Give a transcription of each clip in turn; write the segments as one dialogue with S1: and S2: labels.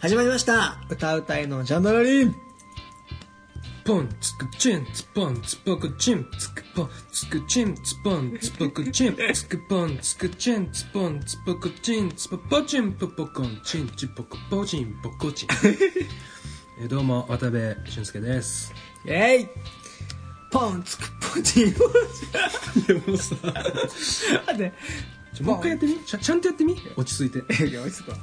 S1: 始まりました
S2: 歌うたいのジャンダラリン
S3: ポンつくチンつポンつぽくチンつくポンつくチンつポンつぽくチンつくポンつくチンつポンつぽくチンつぽぽチンぽぽこんチンちぽこぽちんぽこち んえどうも渡部俊介 です
S2: イェイポンつくポンチンポン
S3: でもさ
S2: 待って
S3: もう一回やってみちゃちゃんとやってみ落ち着いて
S2: えいや落ち着くわ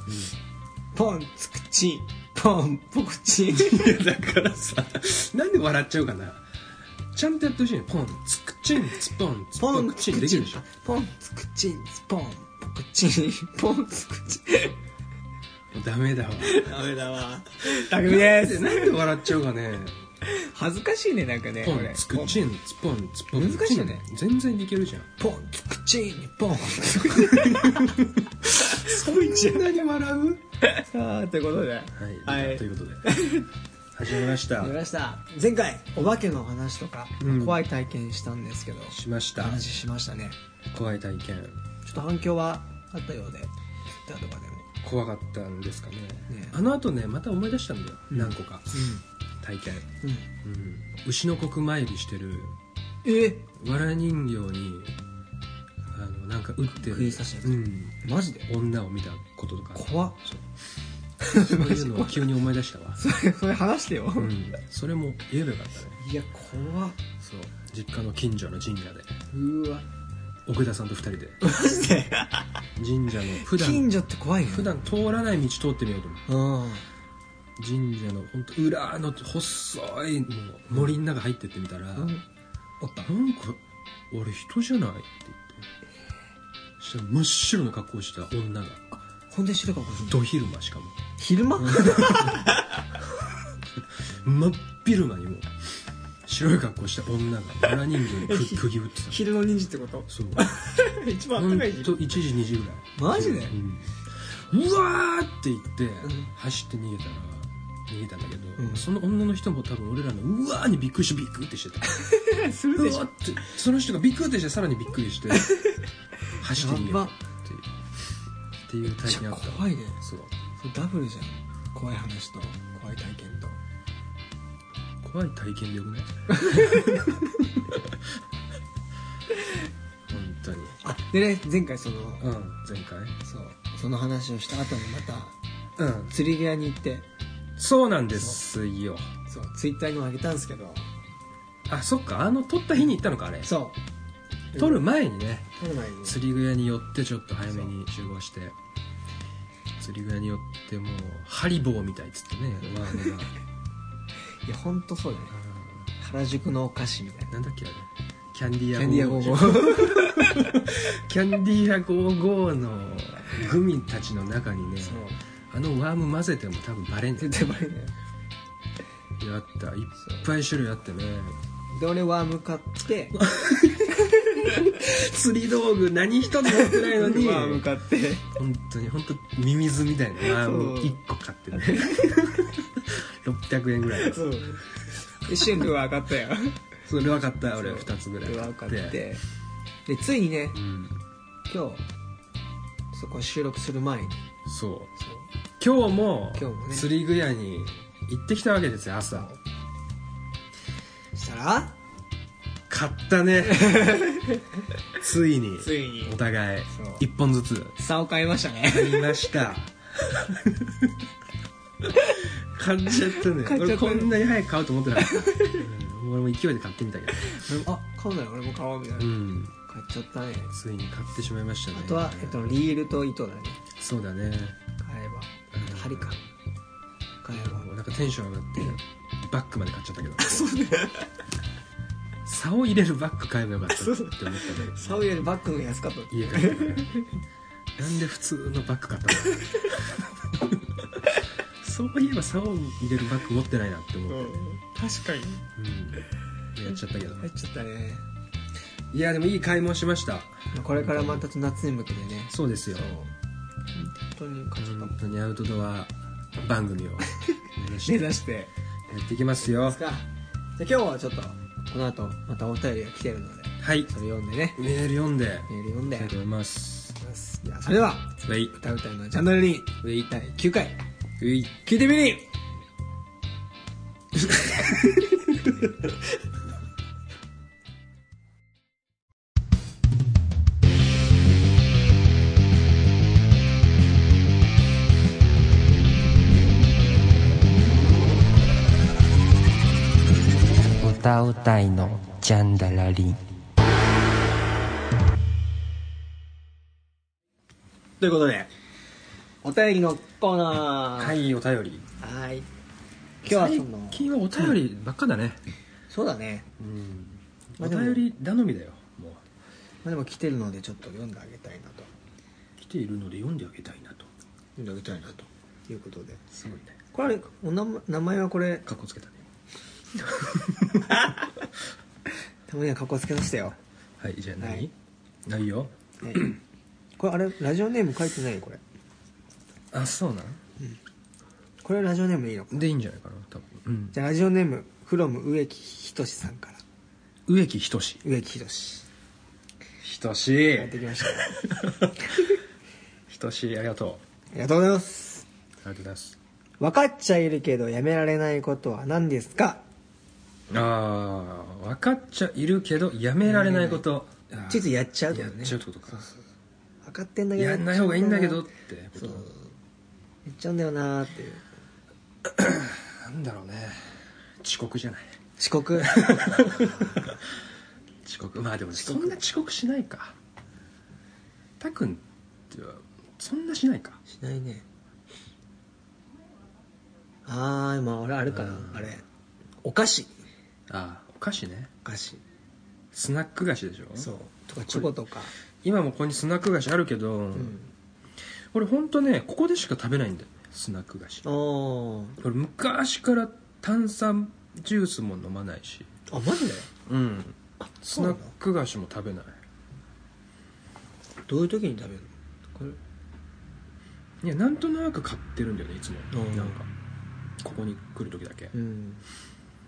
S2: ポンつくチンポンポクチン
S3: だからさなんで笑っちゃうかなちゃんとやってほしいねポンつくチンつポンつ
S2: ポ
S3: ぽ
S2: ン
S3: く
S2: つ
S3: チン
S2: く
S3: でき
S2: チ
S3: る
S2: ン
S3: でしょ
S2: ポンつくチンポンポクチンポンつくチン
S3: ダメだわ
S2: ダメだわ匠です
S3: なんで笑っちゃうかね
S2: 恥ずかしいねなんかね
S3: ポ
S2: こ
S3: ン
S2: れ
S3: つくチンつポンつぽく
S2: 難しい
S3: チ
S2: よ
S3: ン
S2: ね
S3: 全然い けるじゃん
S2: ポンつくチンポ ンつくチンすごいじゃん
S3: なに笑うはい
S2: さ あということでは
S3: ということで 始まりました
S2: やりました
S1: 前回
S2: お化けの話とか、
S3: うん
S2: 怖い体験したんですけど
S3: しました
S2: 話しましたね
S3: 怖い体験
S2: ちょっと反響はあったようで Twitter とかでも
S3: 怖かったんですかね
S2: ね
S3: あの後ねまた思い出したんだよ
S2: うん
S3: 何個か体験
S2: うん、うん、
S3: うん牛の国参りしてる
S2: え
S3: わら人形にあのなんか打ってる
S2: 釘刺してる
S3: うん
S2: マジで
S3: 女を見たこととか
S2: 怖っ
S3: そうそういうのを急に思い出したわ
S2: それそれ話してよ、
S3: うんそれも言えばよかったね
S2: いや怖っ
S3: そう実家の近所の神社で
S2: うわ
S3: 奥田さんと二人で
S2: マジで
S3: 神社の普段
S2: 近所って怖いよ
S3: 普段通らない道通ってみようと思って
S2: うん
S3: 神社の本当裏の細いもう森の中入ってってみたら、なんか
S2: おった
S3: 俺人じゃないって言ってそしたら真っ白の格好した女が
S2: ほんで知るかもしれない
S3: ど昼間しかも
S2: 昼間
S3: 真っ昼間にもう白い格好した女がわら人形 にく釘打ってた
S1: 昼の2時ってこと
S3: そう
S1: 一番あった
S3: 本
S1: かい時
S3: 当1時2時ぐらい
S2: マジで
S3: うんうわーって言って
S2: ん
S3: 走って逃げたら逃げたんだけど、
S2: うん
S3: その女の人も多分俺らのうわーにびっくりしてビクってしてた
S1: する
S3: う
S1: でしょ
S3: わーってその人がビクってしてさらにびっくりして走って逃げたっていうっていう体
S2: じ
S3: 験
S2: ゃ
S3: あ
S2: あ
S3: った
S2: 怖いね
S3: そう
S2: それダブルじゃん怖い話と怖い体験と
S3: 怖い体験でよくない本当に
S2: あでね前回その
S3: うん前回
S2: そうその話をした後にまた
S3: うん
S2: 釣り際に行って
S3: そうなんですよ
S2: そうツイッターにもあげたんですけど
S3: あそっかあの撮った日に行ったのかあれ
S2: そ
S3: 撮る前にね
S2: う撮る前に
S3: 釣り具屋に寄ってちょっと早めに集合して釣り具屋に寄ってもうハリボーみたいっつってねワームが
S2: いや本当そうだね
S3: あ
S2: 原宿のお菓子みたい
S3: ーなんだっけあれキャンディ
S2: な
S3: ア
S2: キャンディアゴーゴ
S3: 55
S2: ー
S3: キャンディア55のグミたちの中にね
S2: そう
S3: あのワーム混ぜても多分バレんね
S2: 絶対バレない
S3: やったいっぱい種類あってね
S2: で俺ワーム買って
S3: 釣り道具何一つ持ってないのに
S2: ワーム買って
S3: 本当に本当ミミズみたいなワーム
S2: そう
S3: 1個買ってね 600円ぐらいの
S2: そうでシェルは買った よ
S3: それ分かった俺
S2: そう
S3: 2つぐらい
S2: ルア
S3: 買
S2: ー
S3: って
S2: 買ってでついにね
S3: うん
S2: 今日そこ収録する前に
S3: そう
S2: そう
S3: 今日も
S2: 今日もね
S3: 釣り具屋に行ってきたわけですよ朝
S2: したら
S3: 買っ たねついに
S2: いに
S3: お互い
S2: そう
S3: 1本ずつ
S2: 竿を買いましたね
S3: 買いました 買っちゃったね
S2: 買っちゃ
S3: 俺
S2: った
S3: こ
S2: ね
S3: んなに早く買うと思ってなかった、うん俺も勢いで買ってみたけど
S2: あ買うなよ俺も買おうみたいな
S3: う
S2: 買っ
S3: ん
S2: ちゃったね
S3: ついに買ってしまいましたね
S2: あとは、えっと、リールと糸だね
S3: そうだね
S2: 買えばあと針か買えば
S3: もうなんかテンション上がってバッグまで買っちゃったけどそうね竿入れるバッグ買えばよかったって思ったんだけど
S2: 竿よりバッグの安かった
S3: 家帰ってからなんで普通のバッグ買ったのそういえば竿入れるバッグ持ってないなって思って、
S2: 確かに
S3: うん、やっちゃったけど
S2: 入っちゃったね
S3: いやでもいい買い物しました
S2: まあこれからまた夏に向けてね
S3: そうですよ
S2: そう本当に勝ち
S3: 本当にアウトドア番 組を目指してや
S2: 目指して
S3: っていきますよ
S2: ですかじゃあ今日はちょっとこの後またお便りが来てるので
S3: はい
S2: それ読んでね
S3: メール読んで
S2: メール読ん
S3: い
S2: で
S3: きたいと思います
S2: じゃあそれでは
S3: はい
S2: 歌うたいのジャンダルリン
S3: はい
S2: 第9回
S3: グうい聞いてみり
S4: 歌うたいのジャンダラリン
S2: ということで、お便りのコーナー。
S3: いお便り
S2: はい。今日はその
S3: 最、近はお便りばっかだね、
S2: そうだね。
S3: うん
S2: ま
S3: お
S2: あでも
S3: 便り頼みだよもう
S2: まあでも来てるので、ちょっと読んであげたいなと。
S3: 来ているので読んであげたいなと
S2: 読んであげたいなということで。
S3: すごいね
S2: これ、お名前名前はこれ、
S3: かっこつけたね
S2: たまには格好つけましたよ。
S3: はいじゃあ
S2: は
S3: 何
S2: い
S3: ない、よ
S2: ね これ、あれ、ラジオネーム書いてないよ、これ。
S3: あそうな
S2: これラジオネームでいいのか
S3: んでいいんじゃないかな多分、うん、
S2: じゃあラジオネーム、フロム植木仁さんから。
S3: 植木仁
S2: 植木仁。
S3: 等しい
S2: やってきました。あ
S3: 等しいありがと
S2: りがとうござい ます。
S3: うありがとうございます
S2: 分かっちゃいるけどやめられないことは何ですか
S3: あー分かっちゃいるけどやめられないことあー
S2: ついついやっちゃうって
S3: や
S2: こ
S3: っ
S2: とね
S3: ちゃうってことか
S2: 分かってんだけど
S3: やんない方がいいんだけどっ
S2: や
S3: てこと
S2: っちゃうんだよなーっていう。
S3: なんだろうね遅刻じゃない
S2: 遅刻。
S3: 遅刻まあでもそんな遅刻しないかたくんってはそんなしないか
S2: しないね。あー、今俺あれかな
S3: う。ん
S2: あれ。お菓子。
S3: ああお菓子ね
S2: お菓子。
S3: スナック菓子でしょ
S2: そう。とかチョコとか。
S3: 今もここにスナック菓子あるけど、
S2: うん。
S3: 俺ほんとねここでしか食べないんだよねスナック菓子
S2: おー。
S3: 俺昔から炭酸ジュースも飲まないし
S2: あ、マジで
S3: うん
S2: あ、
S3: ス
S2: そう
S3: ナ
S2: な
S3: ッ
S2: んだ。
S3: ク菓子も食べない
S2: どういう時に食べるのこれ
S3: いやなんとなく買ってるんだよねいつも
S2: うん
S3: なんかここに来る時だけ
S2: うん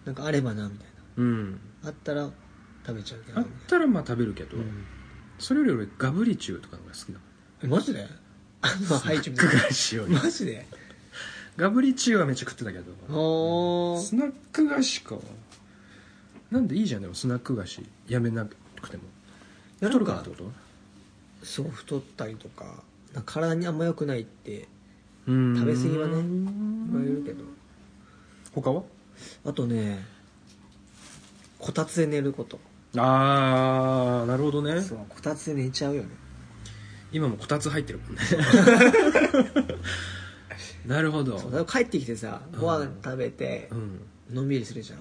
S2: なんかあればなみたい
S3: うん
S2: なあったら食べちゃうけど
S3: あ
S2: な
S3: っ
S2: みたい
S3: たらまあ食べるけど、
S2: な、うん、
S3: それより俺ガブリチューとかの方が好きだ
S2: えマジで あのハイチュウみ
S3: ガ
S2: たい
S3: ブ
S2: な
S3: リチューより
S2: マジで
S3: ガブリチューはめっちゃ食ってたけど
S2: お
S3: ス
S2: ー
S3: ナック菓子かなんでいいじゃんでもスナック菓子やめなくても
S2: なん
S3: 太るから
S2: か
S3: ってこと
S2: すごい太ったりとかなんか体にあんま良くないって
S3: うん
S2: 食べ過ぎはね言われるけど
S3: 他は
S2: あとねこたつで寝ること
S3: ああなるほどね
S2: そうこたつで寝ちゃうよね
S3: 今もこたつ入ってるもん ねなるほど
S2: そうだから帰ってきてさ
S3: ん
S2: ご飯食べて
S3: うん
S2: のんびりするじゃん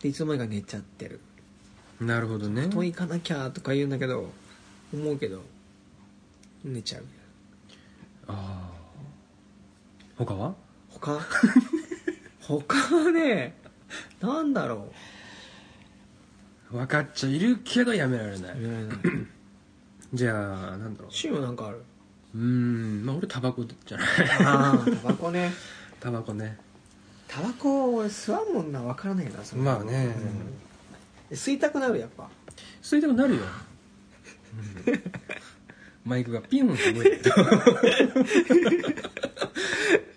S2: でいつの間にか寝ちゃってる
S3: うんなるほどね
S2: 遠いかなきゃとか言うんだけど思うけど寝ちゃう
S3: ああ他は
S2: 他他はねなんだろ
S3: 分かっちゃいるけどやめられな
S2: う
S3: い
S2: やめられない
S3: じゃあなんだろう
S2: シもなんかあ る
S3: うーんまあ俺タバコじゃない
S2: ああタバコね
S3: タバコね
S2: タバコ俺吸わんもんな分からないなその
S3: まあね
S2: うん吸いたくなるやっぱ
S3: 吸いたくなるよ、うんマイクがピュンって動いてる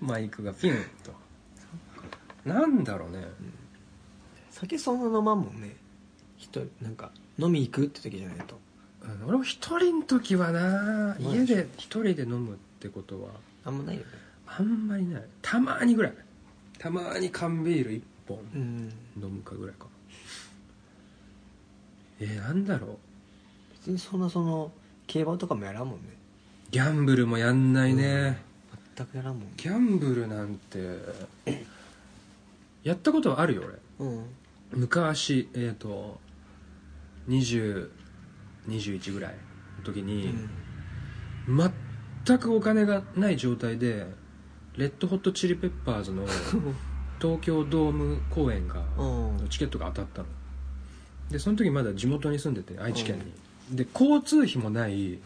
S3: マイクがピュンとなんだろうね
S2: 酒そんな飲まんもんね一人なんか飲み行くって時じゃないと
S3: うん俺も一人の時はな
S2: うまい
S3: 家
S2: でしょ
S3: で一人で飲むってことは
S2: あんまないよね
S3: あんまりないたまにぐらいたまに缶ビール1本
S2: うん
S3: 飲むかぐらいかえー、なんだろう
S2: 別にそんなその競馬とかもやらんもんね
S3: ギャンブルもやんないね、
S2: 全くやらんもんね
S3: ギャンブルなんてやったことはあるよ俺
S2: うん
S3: 昔えっ、ー、と2021ぐらいの時
S2: う
S3: に、
S2: ん
S3: 全くお金がない状態でレッドホットチリペッパー ズの東京ドーム公演が
S2: うん
S3: チケットが当たったのでその時まだ地元に住んでて愛知県に、で交通費もない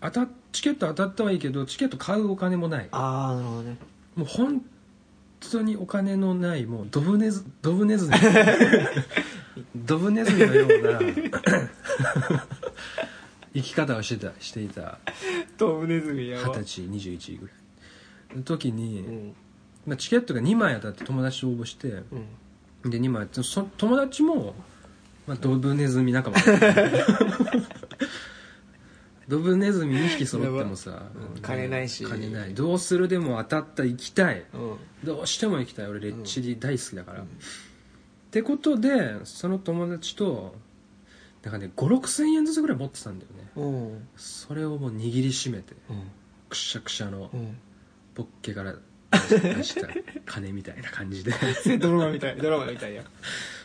S3: 当たチケット当たったはいいけどチケット買うお金もない
S2: ああなるほどね
S3: もう本当にお金のないもうドブネズドブネ ズミドブネズミのような 生き方をしてたしていた
S2: ドブネズミや
S3: 二十歳21ぐらい時に、
S2: うん
S3: まあ、チケットが2枚当たって友達と応募して
S2: うん
S3: で2枚そ友達も、まあ、ドブネズミ仲間 ドブネズミ2匹揃ってもさ
S2: うん金ないし
S3: 金ないどうするでも当たった行きたい
S2: うん
S3: どうしても行きたい俺レッチリ大好きだから、ってことでその友達となんかね5 6千円ずつぐらい持ってたんだよね
S2: うん
S3: それをもう握りしめて
S2: うん
S3: くしゃくしゃの
S2: うん
S3: ポッケから出した金みたいな感 じで
S2: そ れドラマみたいドラマみたいや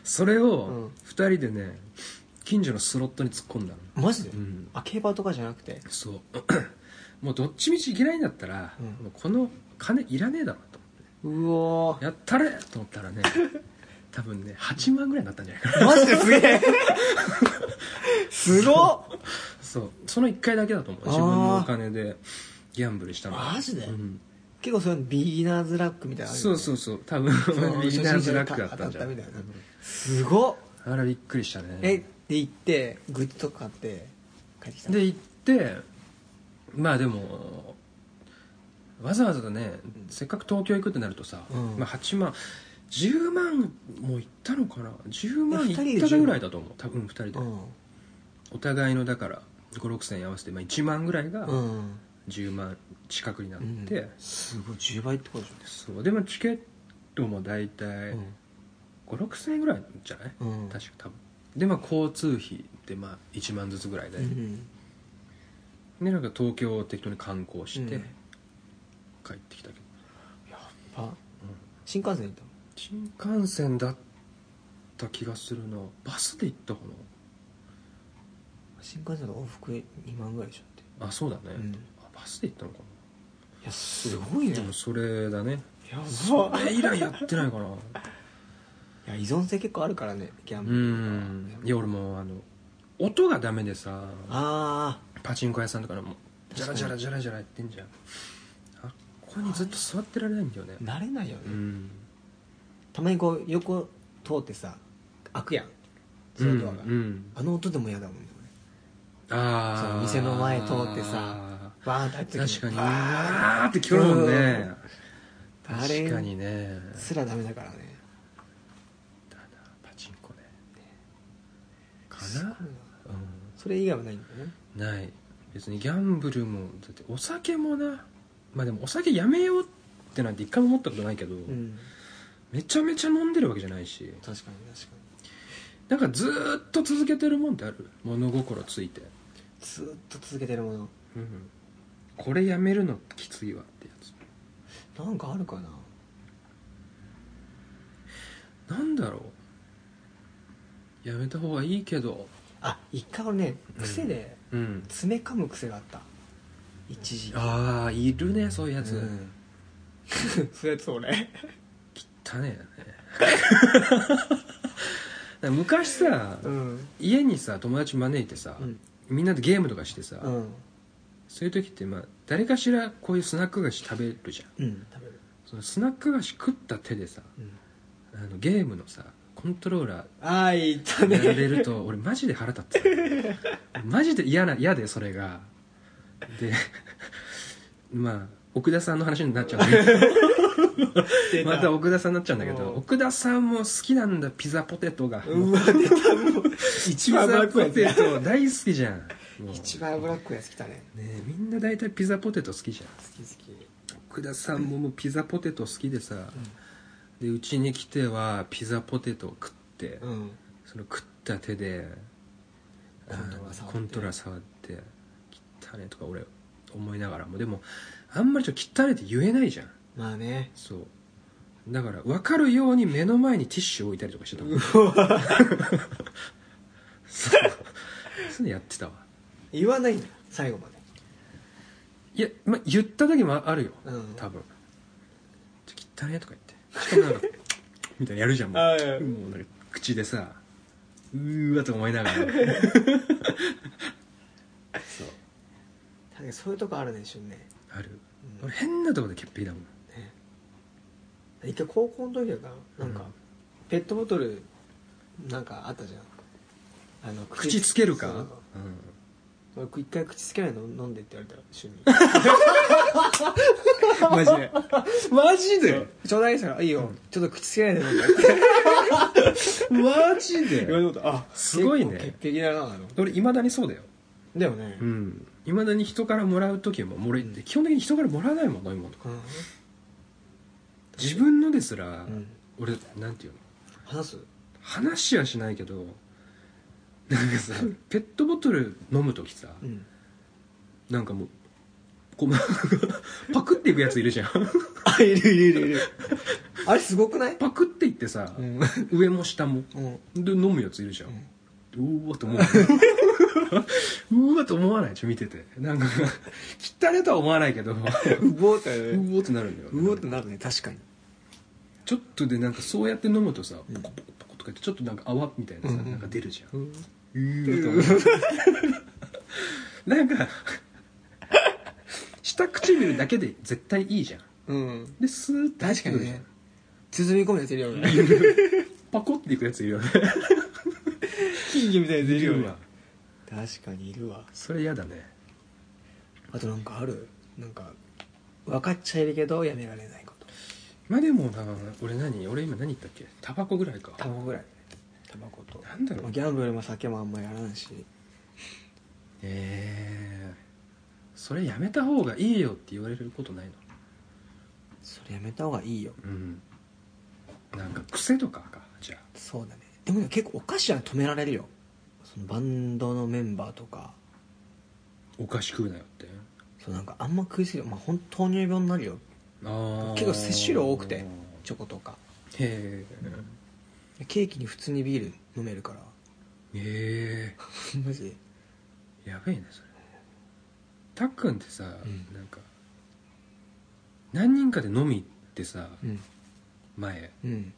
S3: それ
S2: うん
S3: を2人でね近所のスロットに突っ込んだの
S2: マジで、
S3: うん
S2: あ競馬とかじゃなくて
S3: そう もうどっちみちいけないんだったら、
S2: うん
S3: もうこの金いらねえだろと思
S2: うわ
S3: ってやったれと思っ たらね多分ね8万ぐらいになったんじゃないかな
S2: マジですげえすごっ
S3: そうその1回だけだと思う自分のお金でギャンブルしたの
S2: マジで
S3: うん
S2: 結構そういうのビギナーズラックみたいなのあるよね
S3: そうそうそう多分
S2: そ の
S3: ビギナーズラックだったんじ
S2: 初心者の人が当た
S3: ゃん
S2: ったみたいなすごっ
S3: あれびっくりしたね
S2: えで行ってグッズとか買って帰ってきた
S3: で行ってまあでもわざわざねせっかく東京行くってなるとさ、
S2: うん
S3: まあ、8万10万も行ったのかな10万
S2: え二人で
S3: 行ったぐらいだと思う多分2人で、
S2: うん
S3: お互いのだから56000円合わせて、まあ、1万ぐらいが
S2: うん
S3: 10万近くになっ
S2: うん
S3: て、
S2: すごい10倍ってことでし
S3: そうでもチケットも大体
S2: ょ
S3: 56000円ぐらいじゃない、
S2: うんうん
S3: 確か多分でまあ交通費でまあ1万ずつぐらいで、
S2: うん
S3: でなんか東京を適当に観光して
S2: うん
S3: 帰ってきたけど、
S2: あ新幹線行ったの
S3: 新幹線だった気がするなバスで行ったか
S2: 新幹線の往復2万ぐらいでしょって
S3: なあそうだね、
S2: うん
S3: あバスで行ったのかない
S2: やすごいね
S3: でもそれだね
S2: やば
S3: それ以来やってないか ない
S2: や依存性結構あるからねギャン
S3: う
S2: ブル
S3: んいや俺もうあの音がダメでさ
S2: あ
S3: パチンコ屋さんとかのも
S2: 確
S3: ジャ
S2: か
S3: ラ
S2: に
S3: ジャラジャラジャラやってんじゃんあっここにずっと座ってられないんだよね
S2: あ慣れないよ
S3: う
S2: ね
S3: ん
S2: たまにこう横通ってさ開くやんそうの
S3: ん
S2: ドアが
S3: うん
S2: あの音でも嫌だもんね
S3: あ
S2: そ
S3: あ
S2: う店の前通ってさバーンって入って
S3: 確かにう
S2: バーン
S3: わーって聞こえるもんね
S2: うんあれ
S3: 確かにね
S2: すらダメだからね
S3: だなパチンコねか
S2: すごい
S3: な、
S2: それ以外はないんだよね
S3: うん、ない別にギャンブルもだってお酒もなまあでもお酒やめようってなんて一回も思ったことないけど、
S2: うん
S3: めちゃめちゃ飲んでるわけじゃないし
S2: 確かに確かに
S3: なんかずーっと続けてるもんってある物心ついて、
S2: ずーっと続けてるもの
S3: うん、これやめるのきついわってや
S2: なんかあるかな
S3: つなんだろうやめた方がいいけど
S2: あ一回俺ね癖で
S3: うん
S2: 爪噛む癖があった一時期
S3: ああいるねそういうやつ、
S2: うん そういうやつ俺
S3: 汚ねえよねだから 昔さ、
S2: うん
S3: 家にさ友達招いてさ、
S2: うん
S3: みんなでゲームとかしてさ、
S2: うん
S3: そういう時って、まあ、誰かしらこういうスナック菓子食べるじゃん
S2: うん食べる
S3: そのスナック菓子食った手でさ
S2: うん
S3: あのゲームのさコントローラ
S2: ああいった
S3: ーやら
S2: ね
S3: れると俺マジで腹立ってた俺マジで嫌な嫌でそれがでまあ奥田さんの話になっちゃうんだけど また奥田さんになっちゃうんだけど
S2: うん
S3: 奥田さんも好きなんだピザポテトが
S2: うわ出たもう
S3: ピ
S2: 一番ブラ
S3: ザ
S2: ック
S3: ポ
S2: や
S3: テ
S2: つ
S3: ト大好きじゃんもう
S2: 一番ブラックやつ来たね
S3: ねえみんな大体ピザポテト好きじゃん
S2: 好き好き
S3: 奥田さんももうピザポテト好きでさ、でうちに来てはピザポテトを食って、
S2: うん
S3: その食った手であ
S2: コントローラー触
S3: の
S2: って
S3: コントローラー触って汚ねとか俺思いながらもでもあんまりちょっと汚ねって言えないじゃん
S2: まあね
S3: そうだから分かるように目の前にティッシュ置いたりとかし てたもん そうそういうのやってたわ
S2: 言わないんだ最後まで
S3: いや、まあ、言った時もあるよ、
S2: うん
S3: 多分「ちょ汚ね」とか言ってしかもなんかみたいなやるじゃんも
S2: あ
S3: う
S2: いや
S3: もうなんか口でさうーわと思 いながらそう
S2: 確かにそういうとこあるね一瞬ね
S3: ある、
S2: うん
S3: 俺変なとこで潔癖だもん
S2: ね一回高校の時だからなんか、ペットボトルなんかあったじゃんあの
S3: 口つけるか
S2: そううん俺一回口つけないの飲んでって言われたら一緒に
S3: マジで
S2: マジでちょうだいしたら「いいよ、ちょっと口つけないで飲んで」って
S3: マジで
S2: 言われたことあ
S3: すごいね
S2: 結構潔癖だなあの
S3: 俺いまだにそうだよ
S2: だよね
S3: う、んいまだに人からもらう時はもらえて基本的に人からもらわないもん飲み物とか
S2: うん
S3: 自分のですら、
S2: うん
S3: 俺なんていうの
S2: 話す
S3: 話はしないけどなんかさペットボトル飲む時さ、
S2: うん
S3: なんかもうこう パクっていくやついる じゃん
S2: あいるいるいるいるあれすごくない
S3: パクっていってさ、
S2: うん
S3: 上も下も
S2: うん
S3: で飲むやついるじゃん、うーわと思ううーわと思わないでしょ見ててなんか汚れとは思わないけどう
S2: うぼーってね
S3: ーわとなるんだよね
S2: うぼーってなるね確かに
S3: ちょっとでなんかそうやって飲むとさポコポコポコとか言ってちょっとなんか泡みたいなさ、なんか出るじゃん、うーわと思う なんか下唇だけで絶対いいじゃん
S2: うん
S3: でスーッて入って
S2: 確か
S3: くる
S2: に
S3: じゃん
S2: ね包み込むやついるよね
S3: パコっていくやついるよね
S2: 金魚みたいなやついるよ
S3: いる
S2: ね
S3: わ
S2: 確かにいるわ
S3: それ嫌だね
S2: あとなんかあるなんか分かっちゃいるけどやめられないこと
S3: まあでもな俺何俺今何言ったっけタバコぐらいか
S2: タバコぐらいタバコと
S3: なんだろう
S2: まあギャンブルも酒もあんまやらないし
S3: ええそれやめた方がいいよって言われることないの
S2: それやめた方がいいよ
S3: うんなんか癖とかかじゃあ
S2: そうだねでもね結構お菓子は止められるよそのバンドのメンバーとか
S3: お菓子食うなよって
S2: そうなんかあんま食いすぎるまあほんと糖尿病になるよ
S3: ああ
S2: 結構摂取量多くて
S3: へ
S2: チョコとか
S3: え
S2: ケーキに普通にビール飲めるから
S3: え
S2: マジ
S3: えやべえねそれたっくんってさ、
S2: ん
S3: なんか何人かで飲み行ってさ
S2: うん
S3: 前
S2: うん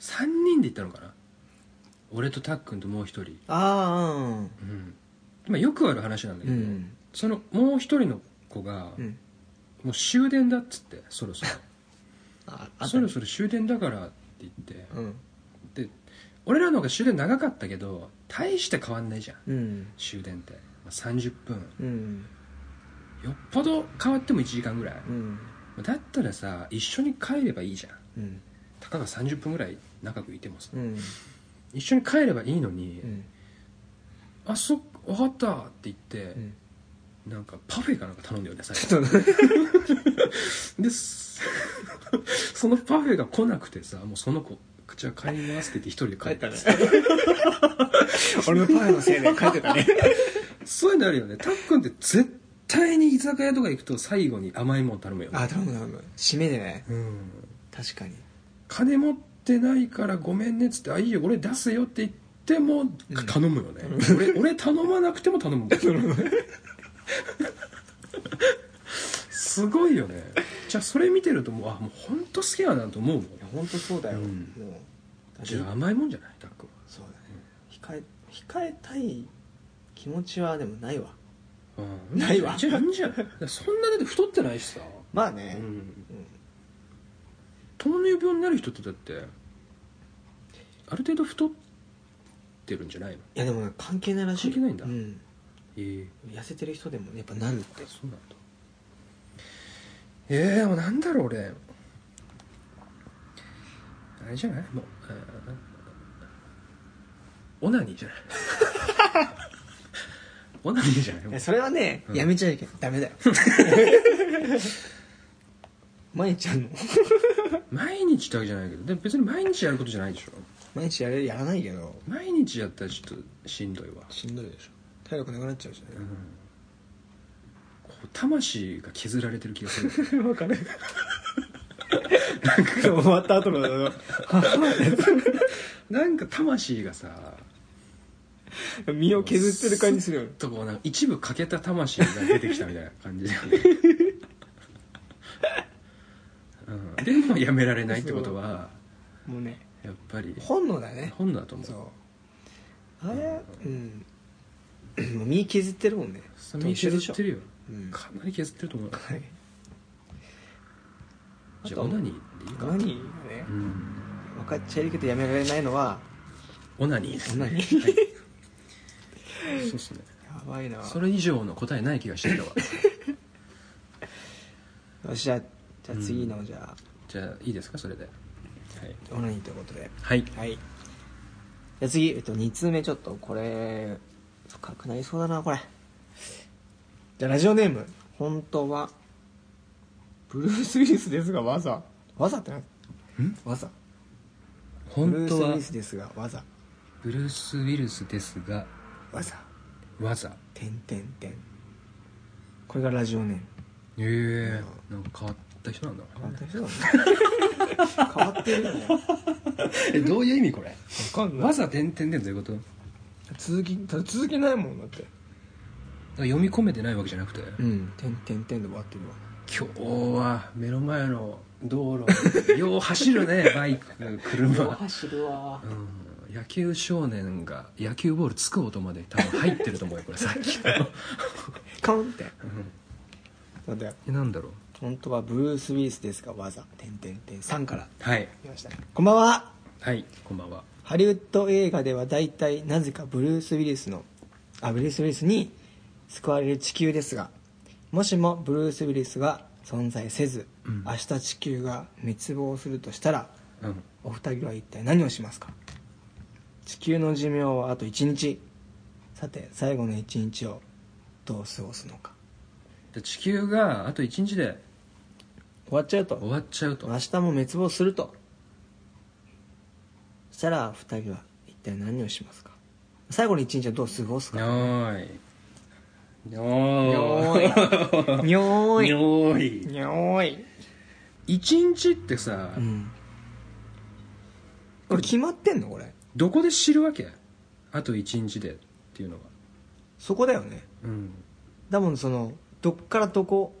S3: 3人で行ったのかな俺とたっくんともう一人
S2: あ
S3: うんまあよくある話なんだ
S2: あ
S3: け
S2: う
S3: ど、
S2: ん
S3: そのもう一人の子が、
S2: うん
S3: もう終電だっつってそろ そろ
S2: ああ
S3: そ
S2: と
S3: ろそろ終電だからって言って、
S2: うん
S3: で俺らの方が終電長かったけど大して変わんないじゃん
S2: うん
S3: 終電って、まあ、30分
S2: うん
S3: よっぽど変わっても1時間ぐらい、
S2: うん
S3: だったらさ一緒に帰ればいいじゃ
S2: う
S3: ん
S2: ん
S3: たかが30分ぐらい長くいてもさ、
S2: うん
S3: 一緒に帰ればいいのに、
S2: うん
S3: あそっ分かったって言って、
S2: うん
S3: なんかパフェかなんか頼んだよね最初
S2: ちょっとね
S3: でそのパフェが来なくてさもうその子口は買いますって言って一人で帰った
S2: ね俺のパフェのせいで帰ってた ね
S3: そういうのあるよねたっくんって絶対に居酒屋とか行くと最後に甘いもん頼むよね
S2: あ頼む頼む締めでね
S3: うん
S2: 確かに
S3: 金持ってないからごめんねっつって「あいいよ俺出すよ」って言っても頼むよね、俺俺頼まなくても頼むもんすごいよねじゃあそれ見てるともうあもう本当好きやなと思うもん
S2: いや本当そうだよ、
S3: うん
S2: もう
S3: じゃあ甘いもんじゃないたっくんは
S2: そうだね控え控えたい気持ちはでもないわ
S3: うん
S2: ないわ
S3: じゃあいいんじゃないだからそんなだって太ってないしさ、
S2: まあね、
S3: 糖尿病になる人ってだってある程度太ってるんじゃないの
S2: いやでもね関係ないらしい
S3: 関係ないんだ
S2: う
S3: え
S2: 痩せてる人でもやっぱなるって
S3: そうなんだえー、でもなんだろう俺あれじゃないもうえーオナニーじゃない オナニーじゃない
S2: い
S3: もう
S2: やそれはね、やめちゃいけないダメだ よ毎日やるの
S3: 毎日ってわけじゃないけどでも別に毎日やることじゃないでしょ
S2: 毎日やれやらないけど
S3: 毎日やったらちょっとしんどいわ
S2: しんどいでしょ体力なくなっちゃうしね
S3: こう魂が削られてる気がす る
S2: 分かるなんか終わった後の
S3: なんか魂がさ
S2: 身を削ってる感じするよね
S3: ちょっとこうなんか一部欠けた魂が出てきたみたいな感じだ よね、うん、でもやめられないってことは
S2: もうね
S3: やっぱり
S2: 本能だね
S3: 本能だと思う
S2: そうあれうんもう身削ってるもんね
S3: それ身削ってるよ、
S2: うん
S3: かなり削ってると思う
S2: はい
S3: じゃあオナニーでいいか
S2: 何がね
S3: うん
S2: 分かっちゃいるけどやめられないのは
S3: オナニーですね
S2: オナニー
S3: はいそうっすね
S2: ばいな
S3: それ以上の答えない気がしてきたわ
S2: よしじゃあじゃあ次の、じゃあ
S3: じゃあいいですかそれではい、
S2: オナニーということで
S3: はい、
S2: はいじゃあ次、えっと、2通目ちょっとこれ深くなりそうだなこれじゃあラジオネーム本当はブルース・ウィリスですがわざわざってなんわざ
S3: 本当
S2: ブルース・ウィ
S3: は
S2: リスですがわざ
S3: ブルース・ウィルスですが
S2: わざ
S3: わざ
S2: てんてんてんこれがラジオネーム
S3: ええなんか変わった人なんだ
S2: 変わった人だね変わってるよね
S3: えどういう意味これ
S2: わかん
S3: わざ点々でどういうことだか
S2: 続きだ続けないもんだって
S3: ら読み込めてないわけじゃなくて、
S2: うんてんてんてんで終わってるわ
S3: 今日は目の前の道路よう走る ねバイク車
S2: 走るわ
S3: うん野球少年が野球ボールつく音まで多分入ってると思うよこれさっき の
S2: カンってなんだよ
S3: えなんだろう
S2: 本当はブルース・ウィリスですがわざてんてんてんさんから
S3: はい
S2: 来ましたこんばんは
S3: はいこんばんは
S2: ハリウッド映画では大体なぜかブルース・ウィリスのあブルース・ウィリスに救われる地球ですがもしもブルース・ウィリスが存在せず、
S3: うん
S2: 明日地球が滅亡するとしたら
S3: うん
S2: お二人は一体何をしますか地球の寿命はあと1日さて最後の1日をどう過ごすのか
S3: で地球があと1日で
S2: 終わっちゃう
S3: 終
S2: と
S3: わっちゃうと
S2: 明日も滅亡するとそしたら二人は一体何をしますか最後の一日はどう過ごす
S3: にょ
S2: か
S3: ーいにょーい
S2: にょにょーい
S3: にょーい
S2: にょーい
S3: 1日ってさ、
S2: うんこれ決まってんのこれ
S3: どこで知るわけあと1日でっていうのは
S2: そこだよね
S3: うん
S2: だもんそのどっからどこ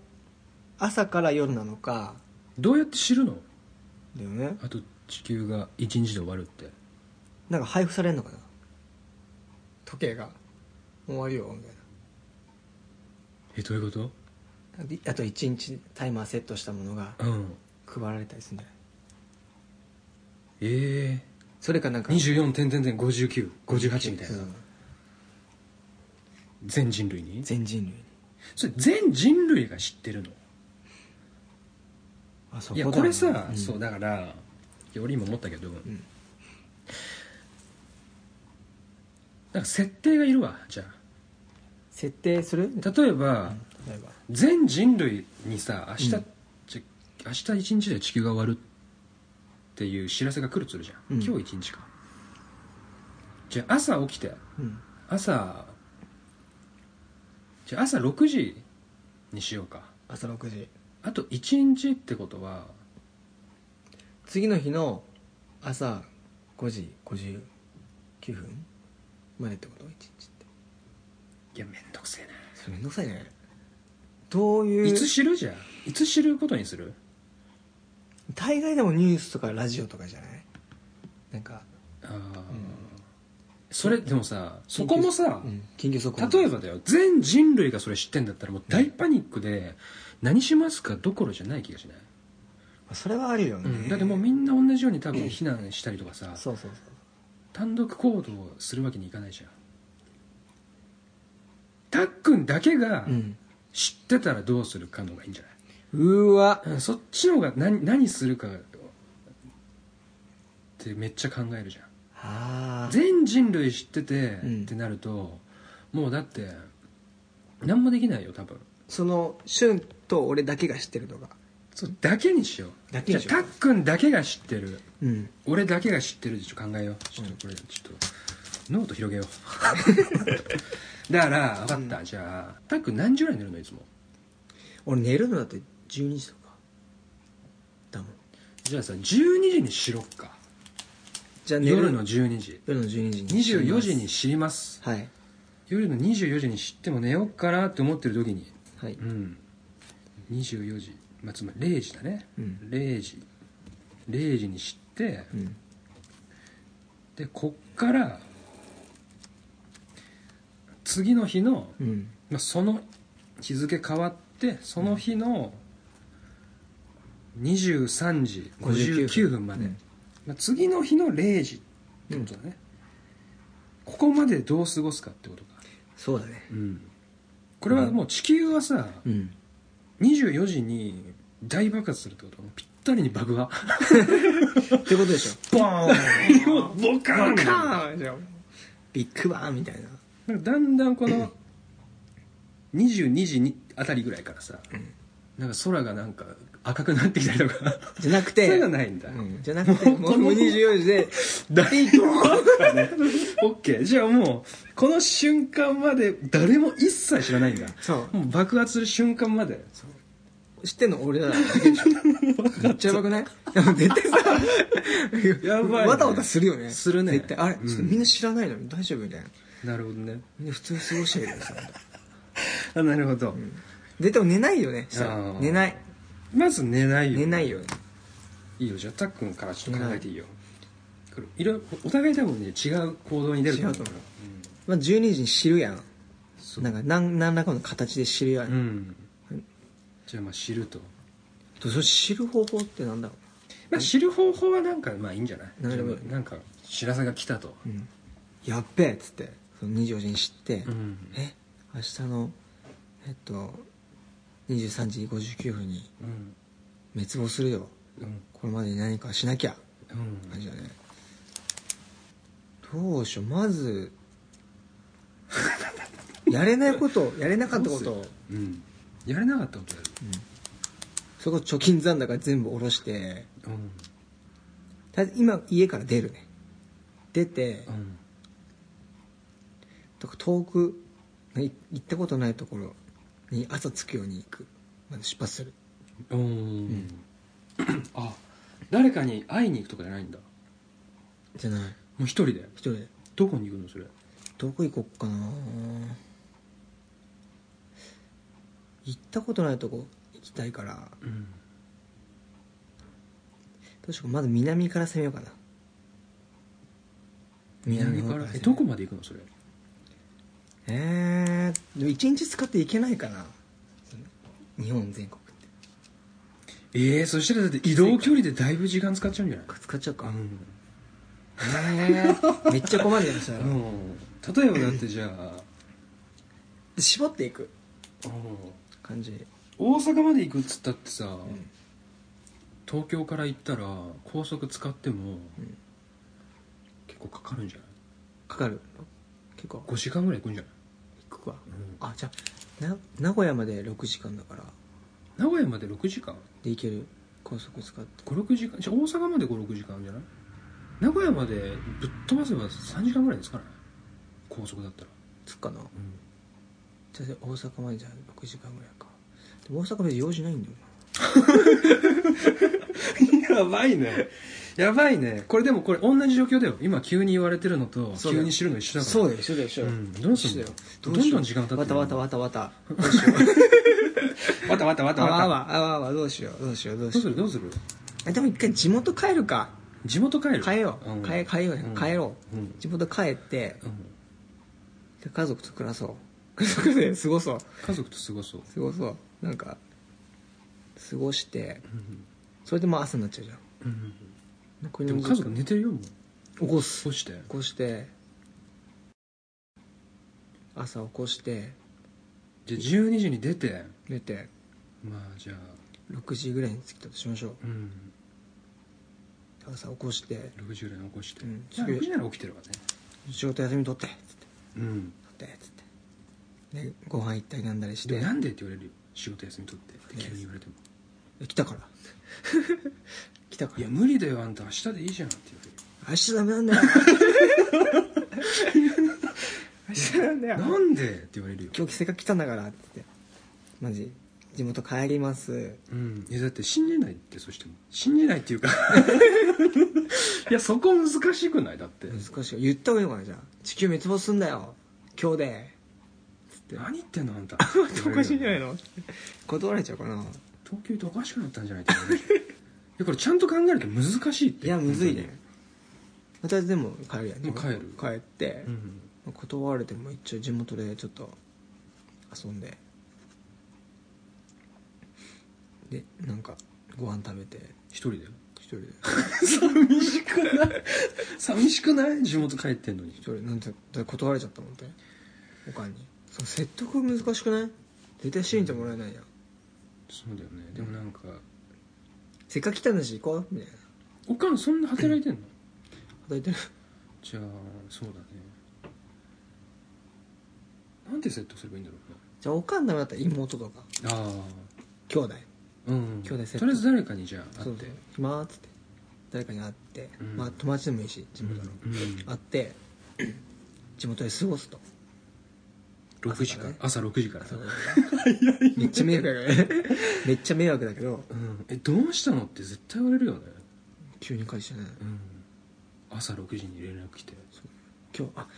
S2: 朝から夜なのか
S3: どうやって知るの
S2: だよね
S3: あと地球が1日で終わるって
S2: なんか配布されんのかな時計が終わるよみたい
S3: えどういうこ
S2: なであと1日タイマーセットしたものが
S3: とうん
S2: 配られたりするんじゃない
S3: え
S2: それかなん
S3: え
S2: か
S3: ー、24点点点5958みたい
S2: そ
S3: な
S2: う
S3: 全人類に
S2: 全人類に
S3: それ全人類が知ってるの
S2: あそ
S3: いや
S2: だ
S3: これさ、
S2: うん
S3: そうだからいや俺今思ったけど、
S2: ん
S3: なんか設定がいるわじゃあ
S2: 設定する例
S3: 例えば、
S2: えば
S3: 全人類にさ明日、
S2: うん
S3: ち明日一日で地球が終わるっていう知らせが来るとするじゃん、
S2: うん
S3: 今日一日かじゃあ朝起きて
S2: うん
S3: 朝じゃあ朝6時にしようか
S2: 朝6時
S3: あと1日ってことは
S2: 次の日の朝5時59分までってこと1日って
S3: いやめんどくせえ
S2: それめんどくさいねどう
S3: な
S2: いう
S3: いつ知るじゃんいつ知ることにする
S2: 大概でもニュースとかラジオとかじゃないなんか、
S3: ああ、それでもさそこもさ、
S2: うん、緊急速報
S3: 例えばだよ全人類がそれ知ってんだったらもう大パニックで何しますかどころじゃない気がしない、
S2: それはあるよね、
S3: だってもうみんな同じように多分避難したりとかさ
S2: そうそうそう
S3: 単独行動をするわけにいかないじゃんたっくんだけが
S2: うん
S3: 知ってたらどうするかの方がいいんじゃな
S2: うーわ
S3: い、うんそっちの方が何何するかってめっちゃ考えるじゃん
S2: あー
S3: 全人類知っててっ
S2: うん
S3: てなると、もうだって何もできないよ多分
S2: そのシュンと俺だけが知ってるとか
S3: そうだけにしよう
S2: だけにしよう
S3: じゃあたっくんだけが知ってる
S2: うん
S3: 俺だけが知ってるでちょっと考えようちょっとこれちょっとノート広げよ うだから分かった、じゃあたっくん何時ぐらい寝るのいつも
S2: 俺寝るのだって12時とかだもん
S3: じゃあさ12時にしろっか
S2: じゃあ寝る
S3: 夜の12時
S2: 夜の12時に
S3: 24時に知ります
S2: はい
S3: 夜の24時に知っても寝ようかなって思ってる時に
S2: はい、
S3: うん24時、まあ、つまり0時だね、
S2: うん
S3: 0時0時に知って、
S2: うん
S3: でこっから次の日の、
S2: うん
S3: まあ、その日付変わってその日の23時59分まで、
S2: うん
S3: まあ、次の日の0時ってことだね、ここまでどう過ごすかってことか
S2: そうだね
S3: うん、これはもう地球はさ
S2: うん
S3: 24時に大爆発するってことぴったりに爆破
S2: ってことで しょ
S3: ボーンボカーン
S2: カーンじゃんビッグバーンみたいな
S3: なんかだんだんこの22時にあたりぐらいからさ、なんか空がなんか赤くなってきたりとか
S2: じゃなく
S3: そう
S2: て
S3: いうのはないんだ、
S2: うんじゃなくてもうもう24時で
S3: 誰もオッケーじゃあもうこの瞬間まで誰も一切知らないんだ
S2: そう
S3: もう爆発する瞬間まで
S2: 知ってんの俺らだけでし ょめっちゃやばくないでも絶対さ
S3: やばいね
S2: わたわたするよね
S3: するね
S2: 絶対あれ、
S3: うん
S2: ちょっとみんな知らないのに大丈夫みたいな
S3: なるほどね
S2: みんな普通に過ごしてるよさ
S3: あなるほど、
S2: 絶対寝ないよねした
S3: あ
S2: ら
S3: ー
S2: 寝ない
S3: まず寝ないよ
S2: 寝ないよね
S3: いいよじゃあたっくんからちょっと考えていいよこれいろいろお互い多分ね違う行動に出ると思う
S2: 違うと
S3: から
S2: 思まあ、12時に知るやん
S3: そう
S2: なんか何何らかの形で知るやん、
S3: うんじゃあまあ知ると、
S2: とそれ知る方法ってなんだろ
S3: まあ、知る方法はなんかまあいいんじゃない
S2: なるほど
S3: 自分なんか知らせが来たと
S2: う、うん、やっべえっつってその24時に知って、
S3: うん
S2: え明日のえっと23時59分に
S3: うん
S2: 滅亡するよ
S3: うん
S2: これまでに何かしなきゃ
S3: うん
S2: 感じだねどうしようまず やれないことやれなかったことを
S3: うんやれなかったことや
S2: そこ貯金残高全部下ろして
S3: るうん
S2: た今家から出るね出て
S3: うん
S2: とか遠くい行ったことないところに朝着くように行くまず出発する
S3: うーんあ誰かに会いに行くとかじゃないんだも
S2: じゃないう
S3: 一人で
S2: 一人で
S3: どこに行くのそれ
S2: どこ行こっかな行ったことないとこ行きたいから
S3: うん
S2: どうしようかまず南から攻めようかな
S3: 南
S2: の
S3: か
S2: 方
S3: らえ
S2: 攻め
S3: どこまで行くのそれ
S2: えー、でも一日使っていけないかなその日本全国って
S3: ええそしたらだって移動距離でだいぶ時間使っちゃうんじゃない
S2: 使っちゃうか、
S3: うん
S2: えーめっちゃ困るじゃんそしたら
S3: 例えばだってじゃあ
S2: 絞っていく
S3: うん
S2: 感じ
S3: 大阪まで行くっつったってさ、
S2: ん
S3: 東京から行ったら高速使っても、
S2: ん
S3: 結構かかるんじゃない
S2: かかる結構
S3: 5時間ぐらい行くんじゃない、
S2: 行くかあじゃあな名古屋まで6時間だから
S3: 名古屋まで6時間
S2: で行ける高速使って
S3: 56時間じゃあ大阪まで56時間じゃない名古屋までぶっ飛ばせば3時間ぐらいですかね高速だったら、
S2: つくかなじゃあ大阪までじゃあ6時間ぐらいかでも大阪まで用事ないんだよ
S3: やばいねやばいねこれでもこれ同じ状況だよ今急に言われてるのと
S2: そうだよ
S3: 急に知るの一緒
S2: な
S3: だから
S2: だよ一緒だよ一緒
S3: うんどうすんの
S2: 一緒だよ
S3: どんどん時間経ってる
S2: わたわたわたわた
S3: わたわたわ
S2: あ
S3: たわ
S2: わ
S3: た
S2: あわあわあわどうしようどうしようどう
S3: どう
S2: し
S3: す
S2: よ
S3: るどうする
S2: うあでも一回地元帰るか
S3: 地元帰る
S2: 帰よう、
S3: ん
S2: 帰え帰ようや、
S3: ん
S2: 帰ろう、
S3: うん
S2: 地元帰って
S3: うん
S2: で家族と暮らそう家族で過ごそう
S3: 家族と過ごそう、
S2: 過ごそうなんか過ごしてそれでまあ朝になっちゃうじゃん残り
S3: で
S2: の
S3: も
S2: 時
S3: 家
S2: 間
S3: 族寝てるよもう
S2: 起こす
S3: 起こして
S2: 起こして朝起こして
S3: じゃあ12時に出て
S2: 寝て
S3: まあじゃあ
S2: 6時ぐらいに着きたとしましょう
S3: うん
S2: 朝起こして
S3: 6時ぐらいに起こして、
S2: うん
S3: じゃあ6時なら起きてるわね
S2: 仕事休み取ってつって
S3: うん
S2: 取ってつってでご飯行ったりなんだりし
S3: で
S2: て
S3: もなんでって言われるよ仕事休み取ってって急に言われても
S2: え来たから 来たか
S3: い
S2: ら
S3: や無理だよあんた明日でいいじゃんって言われる
S2: 明日ダメなんだ よ明日なんだよ
S3: なんでって言われるよ、
S2: 今日せっかく来たんだからって言ってマジ地元帰ります
S3: うん、いやだって信じないってそしても信じないって いうかいやそこ難しくないだって
S2: 難しい言った方がいいのかなじゃあ地球滅亡すんだよ今日でつって
S3: 何言ってんのあんた
S2: おかしいんじゃないの断られちゃうかな
S3: 東京行っておかしくなったんじゃないって言われるよいやこれちゃんと考えると難しいって
S2: いやむずいね私でも帰るやん
S3: もう帰る
S2: 帰って
S3: う、ん
S2: 断られても一応地元でちょっと遊んででなんかご飯食べて
S3: 一人だ よ
S2: 一人で
S3: 寂しく ない寂しくない地元帰ってんのに
S2: 一人なんてだって断られちゃったもんね他にそう説得難しくない絶対信じてもらえないやん
S3: そうだよねでもなんか
S2: せっかく来たんだし行こうみたいな
S3: おかんそんな働いてんの
S2: 働いてる
S3: じゃあそうだねなんて説得すればいいんだろ
S2: じゃあおかんダメだったら妹とか
S3: うなああ
S2: 兄弟
S3: うん
S2: 兄弟説得
S3: とりあえず誰かにじゃあ
S2: そ
S3: 会っ
S2: うそ
S3: て
S2: う暇っつって誰かに会って、
S3: うん
S2: まあ友達でもいいし地元だろ、
S3: うん
S2: 会って地元で過ごすと
S3: 6時から朝6時からさ
S2: めっちゃ迷惑だけどめっちゃ迷惑だけど
S3: うんえどうしたのって絶対言われるよね
S2: 急に返してね
S3: うん朝6時に連絡来て
S2: 今日あ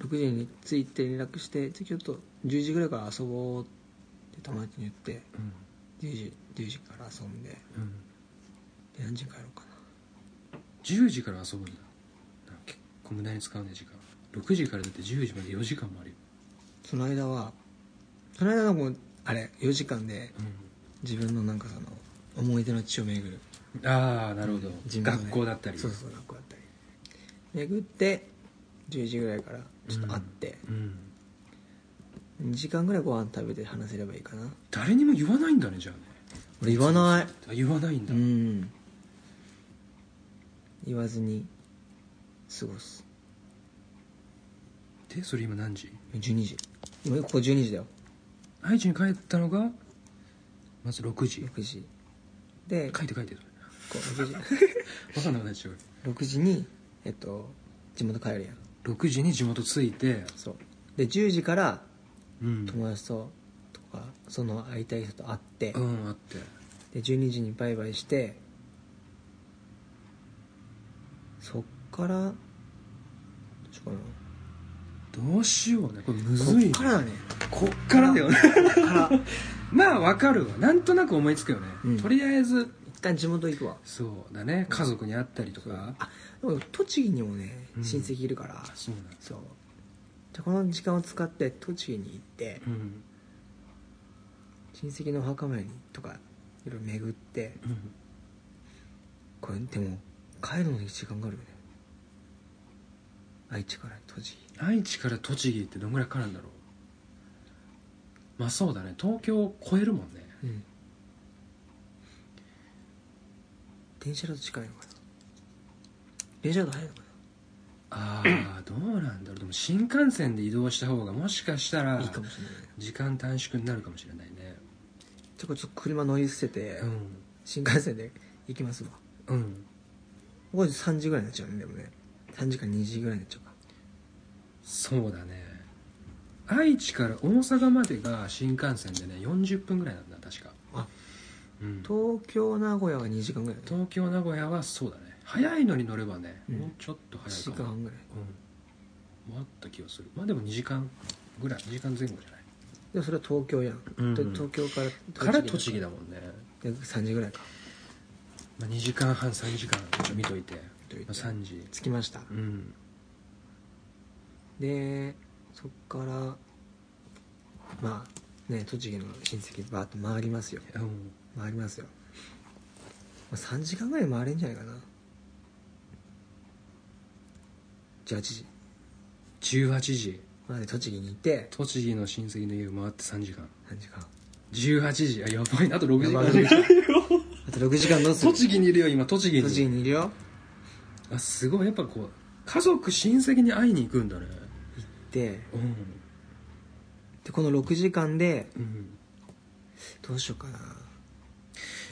S2: 6時に着いて連絡してじゃあ今日と10時ぐらいから遊ぼうって友達に言って
S3: うん
S2: 10時10時から遊んでで
S3: うん
S2: 何時に帰ろうか
S3: 10時から遊ぶんだなんか結構無駄に使うね時間6時からだって10時まで4時間もあるよ、
S2: なその間はその間はもうあれ4時間で
S3: う
S2: 自分のなんかその思い出の地を巡る
S3: ん、ああなるほど、
S2: 自分のね
S3: 学校だったり
S2: そうそう学校だったり巡って10時ぐらいからちょっと会って、
S3: うん、
S2: 2時間ぐらいご飯食べて話せればいいかな
S3: 誰にも言わないんだねじゃあね
S2: 俺言わない
S3: あ言わないんだ、
S2: うん言わずに過ごす
S3: でそれ今何時
S2: 12時今ここ12時だよ
S3: 愛知に帰ったのがまず6時
S2: 6時でこ
S3: 書いて書いてそれ
S2: う6時
S3: 分かんなくなっちゃう
S2: 6時にえっと地元帰るやん
S3: 6時に地元着いて
S2: そうで10時から
S3: うん
S2: 友達ととかその会いたい人と会って、
S3: うんあって
S2: で12時にバイバイしてそっからどうしようかな
S3: どうしようねこれむず
S2: こ
S3: い
S2: っ
S3: ね
S2: からだね
S3: こっからだよね
S2: から
S3: まあわかるわなんとなく思いつくよね、
S2: うん
S3: とりあえず
S2: 一旦地元行くわ
S3: そうだね家族に会ったりとか
S2: あでも栃木にもね
S3: うん
S2: 親戚いるから、
S3: そうなんだ
S2: そうじゃあこの時間を使って栃木に行って
S3: うん
S2: 親戚のお墓参りとかいろいろ巡って
S3: うん
S2: これでも帰るのに時間があるよね愛知から栃木
S3: 愛知から栃木ってどんぐらいかかるんだろうまあそうだね東京を越えるもんね
S2: うん電車だと近いのかな電車だと早いのか
S3: ああどうなんだろうでも新幹線で移動した方がもしかしたら
S2: ないいかもしれないね
S3: 時間短縮になるかもしれないね
S2: じゃあこれちょっと車乗り捨てて、
S3: うん
S2: 新幹線で行きますわ
S3: うん
S2: これ3時ぐらいになっちゃうねでもね3時か2時ぐらいになっちゃうか
S3: そうだね愛知から大阪までが新幹線でね40分ぐらいなんだ確か
S2: あ
S3: うん
S2: 東京名古屋が2時間ぐらいだね
S3: 東京名古屋はそうだね早いのに乗ればね、
S2: うん
S3: もうちょっと
S2: 1
S3: 早
S2: 時
S3: いか
S2: 間
S3: も
S2: 半ぐらい
S3: うんもあった気がするまあでも2時間ぐらい2時間前後じゃない
S2: でもそれは東京やん、
S3: うん
S2: で東京から
S3: から栃木
S2: だ
S3: だもんね、
S2: で3時ぐらいか
S3: まあ、2時間半3時間ちょ見といて
S2: といて
S3: まあ、3時
S2: 着きました
S3: うん
S2: でそっからまあね栃木の親戚バーッと回りますよ
S3: うん
S2: 回りますよまあ3時間ぐらい回れんじゃないかな18時
S3: 18時
S2: まで栃木にいて
S3: 栃木の親戚の家を回って3時間
S2: 3時間
S3: 18時あやばいなあと6時間
S2: やばいあと6時間どうする
S3: 栃木にいるよ今栃木に
S2: 栃木にいるよ
S3: あすごいやっぱこう家族親戚に会いに行くんだね
S2: で
S3: うん
S2: でこの6時間で
S3: うん
S2: どうしようかな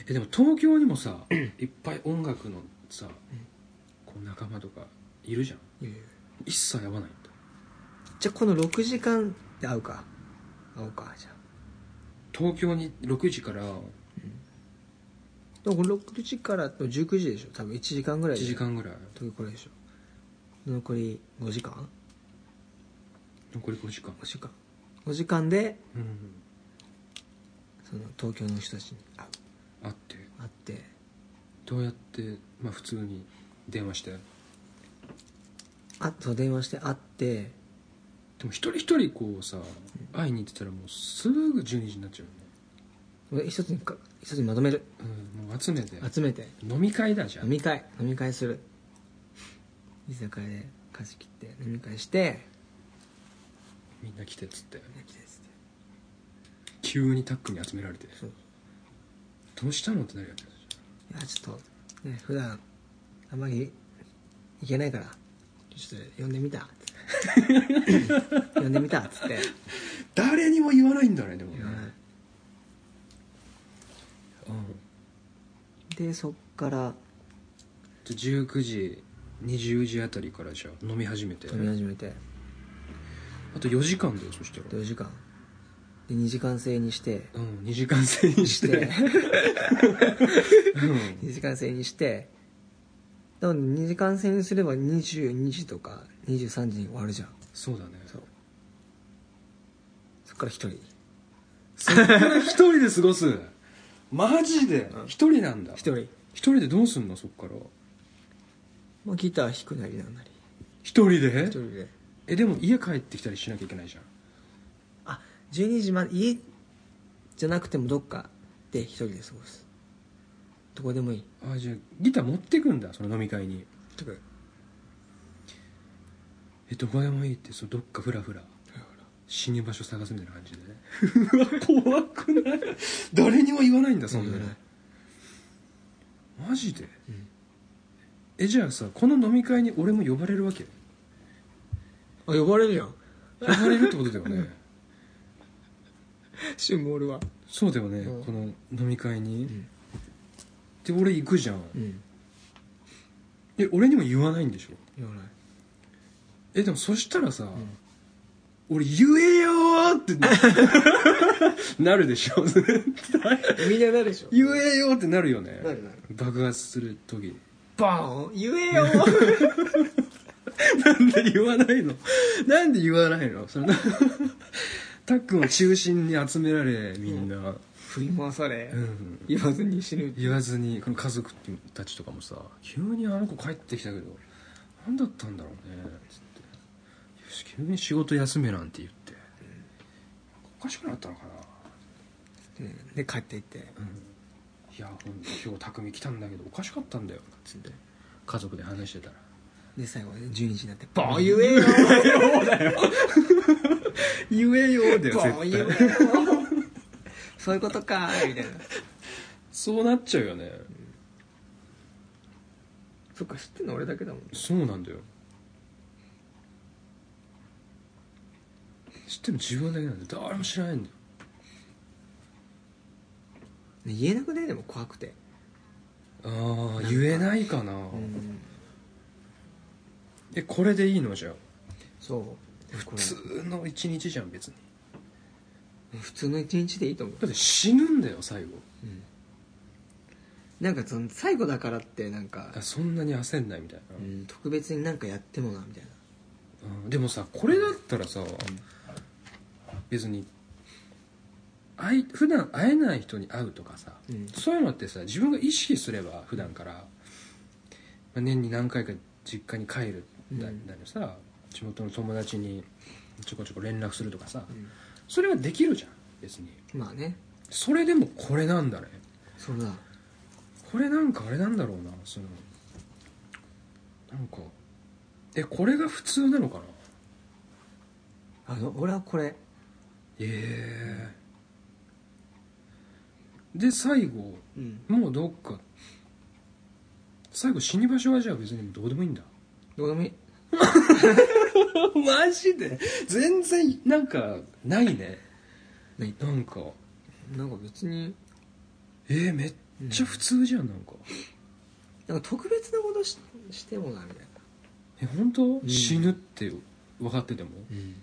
S3: えでも東京にもさいっぱい音楽のさ、こう仲間とかいるじゃん
S2: いる
S3: 一切会わないんだ
S2: じゃあこの6時間で会うか会おうかじゃあ
S3: 東京に6時から1
S2: でもこの6時からと19時でしょ多分1時間ぐらいで
S3: 時間ぐらい
S2: 時これでしょ残り5時間
S3: 残り5時間
S2: 5時間5時間で
S3: うん
S2: その東京の人たちに会う
S3: 会って
S2: 会って
S3: どうやってまあ普通に電話してで
S2: あと電話して会って
S3: も一人一人こうさ会いに行ってたらもうすぐ12時になっちゃう
S2: 俺一つにか一つにまとめる
S3: よねうんもう集めて
S2: 集めて
S3: 飲み会だじゃ
S2: 飲
S3: ん
S2: み会飲み会する居酒屋で貸し切って飲み会して
S3: みんな来てっつって
S2: 来てっつって
S3: 急にタックに集められて
S2: そう
S3: どうしたのってなるやつ
S2: いやちょっとね普段あんまり行けないからちょっと呼んでみたっつって呼んでみたっつって
S3: 誰にも言わないんだねでもね
S2: 言わない
S3: うん
S2: でそっから
S3: じゃあ19時20時あたりからじゃあ飲み始めて
S2: 飛び始めて
S3: あと4時間だよそしたら
S2: 4時間で2時間制にして
S3: うん2時間制にしてうん
S2: 2時間制にしてなので2時間制にすれば22時とか23時に終わるじゃん
S3: そうだね
S2: そうそっから1人
S3: そっから一人で過ごすマジで
S2: うん
S3: 一人なんだ
S2: 一人、
S3: 一人でどうすんのそっから
S2: まあ、ギター弾くなりなんなり
S3: 一人
S2: 一
S3: で
S2: 人で
S3: えでも家帰ってきたりしなきゃいけないじゃん
S2: あ12時まで家じゃなくてもどっかで一人で過ごすどこでもいい
S3: あじゃあギター持ってくんだその飲み会に
S2: とか
S3: えどこでもいいってそのどっかフラフラ死に場所探すみたいな感じでね うわ怖くない誰にも言わないんだそんなの
S2: 言わ
S3: マジで、えじゃあさこの飲み会に俺も呼ばれるわけ
S2: あ呼ばれるじゃん
S3: 呼ばれるってことだよ ね
S2: シンボルは
S3: そうだよね、
S2: うん
S3: この飲み会に、で俺行くじゃん、
S2: うん
S3: え俺にも言わないんでしょ
S2: 言わない
S3: えでもそしたらさ、俺言えよーってな なるでしょ絶対
S2: みんななるでしょ
S3: 言えよーってなるよね
S2: なるなる
S3: 爆発する時
S2: バーン言えよ
S3: なんで言わないのなんで言わないの そのたっくんを中心に集められみんな、
S2: 振り回され、
S3: うん、
S2: 言わずに死ぬ
S3: 言わずにこの家族たちとかもさ急にあの子帰ってきたけど何だったんだろうねつってよし急に仕事休めなんて言っておかしくなったのかな
S2: で帰っていって
S3: いやほんと今日匠来たんだけどおかしかったんだよつって家族で話してたら
S2: で最後ね12時になって「ボー 言えよ!」
S3: 「言えよ」だ
S2: 「ボー言えよ!」 そういうことかーみたいな
S3: そうなっちゃうよね
S2: そっか知ってんの俺だけだもん
S3: そうなんだよ知っても自分だけなんで誰も知らないんだよ
S2: 言えなくねでも怖くて
S3: ああ言えないかな、
S2: うん
S3: えこれでいいのじゃあ
S2: そうこ
S3: 普通の一日じゃん別に
S2: れ普通の一日でいいと思う
S3: だって死ぬんだよ最後
S2: なんかその最後だからってなんか
S3: あ、そんなに焦んないみたいな
S2: う、ん、特別になんかやってもなみたいな
S3: うんでもさこれだったらさ、別にあい普段会えない人に会うとかさ、
S2: うん
S3: そういうのってさ自分が意識すれば普段から、まあ年に何回か実家に帰るだ,、
S2: うん
S3: だりさ地元の友達にちょこちょこ連絡するとかさ、
S2: ん
S3: それはできるじゃん別に
S2: まあね
S3: それでもこれなんだね
S2: そうだ
S3: これなんかあれなんだろうなそのなんかえこれが普通なのかな
S2: あの俺はこれ
S3: ええで最後
S2: うん
S3: もうどっか最後死に場所はじゃあ別にどうでもいいんだ
S2: どうでもいい
S3: マジで全然なんかないね
S2: ない
S3: なんか
S2: なんか別に
S3: えー、めっちゃ普通じゃんなんか
S2: なんか特別なことししてもなみたいな
S3: え本当、
S2: ん
S3: 死ぬって分かってても
S2: うん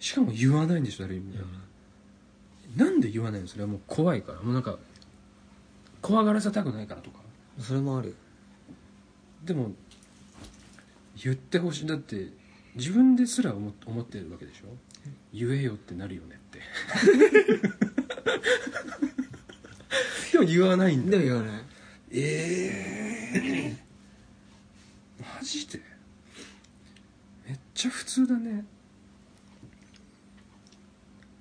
S3: しかも言わないんでしょ誰にも、なんで言わないのそれはもう怖いからもうなんか怖がらせたくないからとか
S2: それもあるよ
S3: でも言ってほしいだって自分ですら思思ってるわけでしょ言えよってなるよねって でも言わないんだ
S2: でも言わない
S3: ええマジでめっちゃ普通だね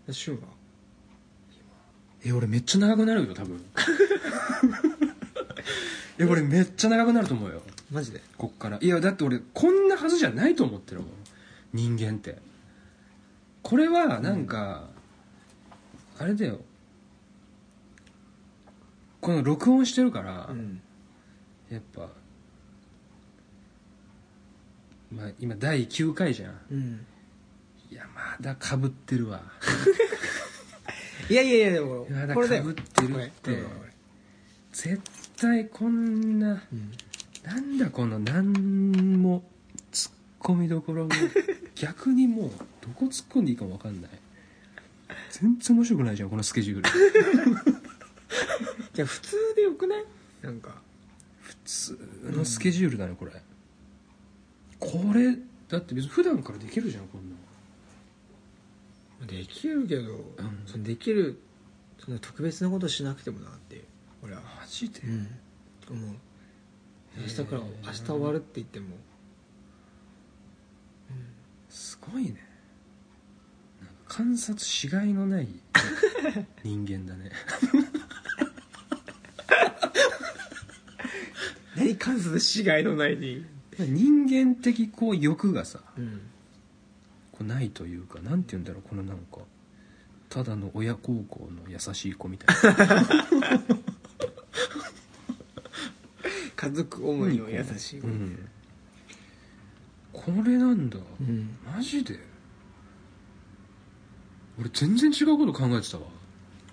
S2: えシュンは
S3: え俺めっちゃ長くなるよ多 分え俺めっちゃ長くなると思うよ
S2: マジで
S3: こっからいやだって俺こんなはずじゃないと思ってるもん人間ってこれはなんか、あれだよこの録音してるから、
S2: うん
S3: やっぱまあ今第9回じゃん
S2: うん
S3: いやまだかぶってるわ
S2: いやいやいやでも
S3: まだ
S2: こ
S3: か
S2: れだよ
S3: ぶってるっ
S2: これ
S3: て
S2: これこれ
S3: 絶対こんな
S2: うん
S3: なんだこの何も突っ込みどころも逆にもうどこ突っ込んでいいかも分かんない全然面白くないじゃんこのスケジュール普
S2: じゃあ普通でよくないなんか
S3: 通のスケジュールだねこれこれだって別に普段からできるじゃんこんなの
S2: できるけど、
S3: ん
S2: そのできるそんな特別なことしなくてもなっていう俺は
S3: マジで、
S2: うんもう明日から明日終わるって言っても
S3: すごいねなんか観察しがいのない人間だね
S2: 何観察しがいのないに
S3: 人間的こう欲がさ
S2: うん
S3: こうないというかなんて言うんだろうこのなんかただの親孝行の優しい子みたいな
S2: 家族思いの優しい、
S3: うんこれなんだ
S2: うん
S3: マジで俺全然違うこと考えてたわ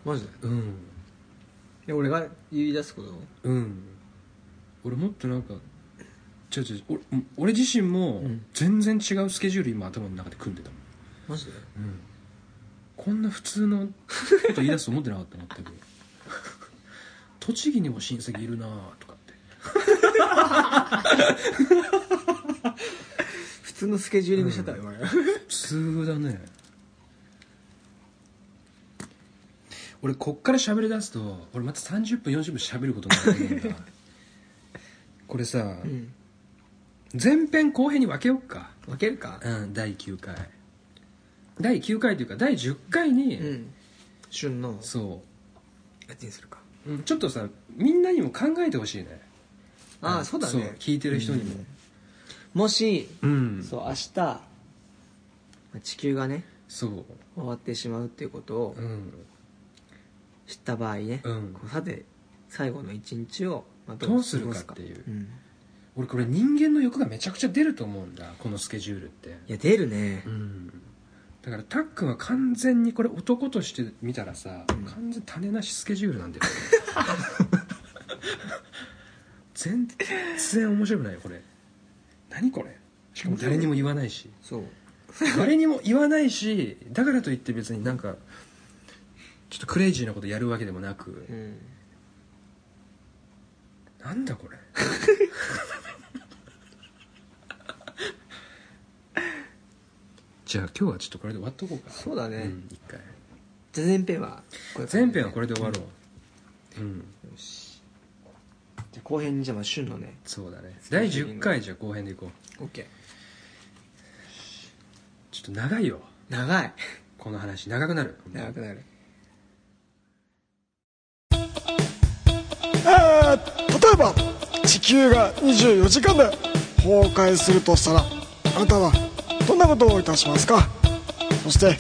S2: マジで
S3: うん
S2: で俺が言い出すこと
S3: うん俺もっとなんか違う違う俺俺自身も
S2: うん
S3: 全然違うスケジュール今頭の中で組んでたもん
S2: マジで
S3: こんな普通のこと言い出すと思ってなかったな って栃木にも親戚いるなとかって
S2: 普通のスケジューリングしてたよ、俺
S3: 普通だね俺こっから喋り出すと俺また30分40分喋ることになる と思うんだこれさ、
S2: うん
S3: 前編後編に分けよっか
S2: 分けるか
S3: うん第9回第9回というか第10回に、
S2: うん旬の
S3: そ
S2: やつにするか
S3: ううんちょっとさみんなにも考えてほしいね
S2: ああ
S3: ん
S2: そうだね
S3: 聞いてる人にも
S2: もし、
S3: うん
S2: そう明日まあ地球がね
S3: そう
S2: 終わってしまうっていうことを
S3: うん
S2: 知った場合ね、
S3: うん
S2: こうさて最後の一日を、まあ
S3: どうするか
S2: 過ご
S3: っていう
S2: うん
S3: 俺これ人間の欲がめちゃくちゃ出ると思うんだこのスケジュールって
S2: いや出るね
S3: うんだからたっくんは完全にこれ男として見たらさ、
S2: ん
S3: 完全種なしスケジュールな んだよ全然面白くないよこれ何これしかも誰にも言わないし
S2: そう
S3: 誰にも言わないしだからといって別になんかちょっとクレイジーなことやるわけでもなく、
S2: うん
S3: なん だこれじゃあ今日はちょっとこれで終わっとこうか
S2: そうだね
S3: ん一回
S2: じゃあ前編はこれから
S3: 前編はこれで終わろううん、
S2: よしじゃあ後編にじゃあまあ旬のね
S3: そうだね第10回じゃあ後編でいこう
S2: OK
S3: ちょっと長いよ
S2: 長い
S3: この話長くなる
S2: 長くなる
S5: えー例えば地球が24時間で崩壊するとしたらあなたはどんなことをいたしますかそして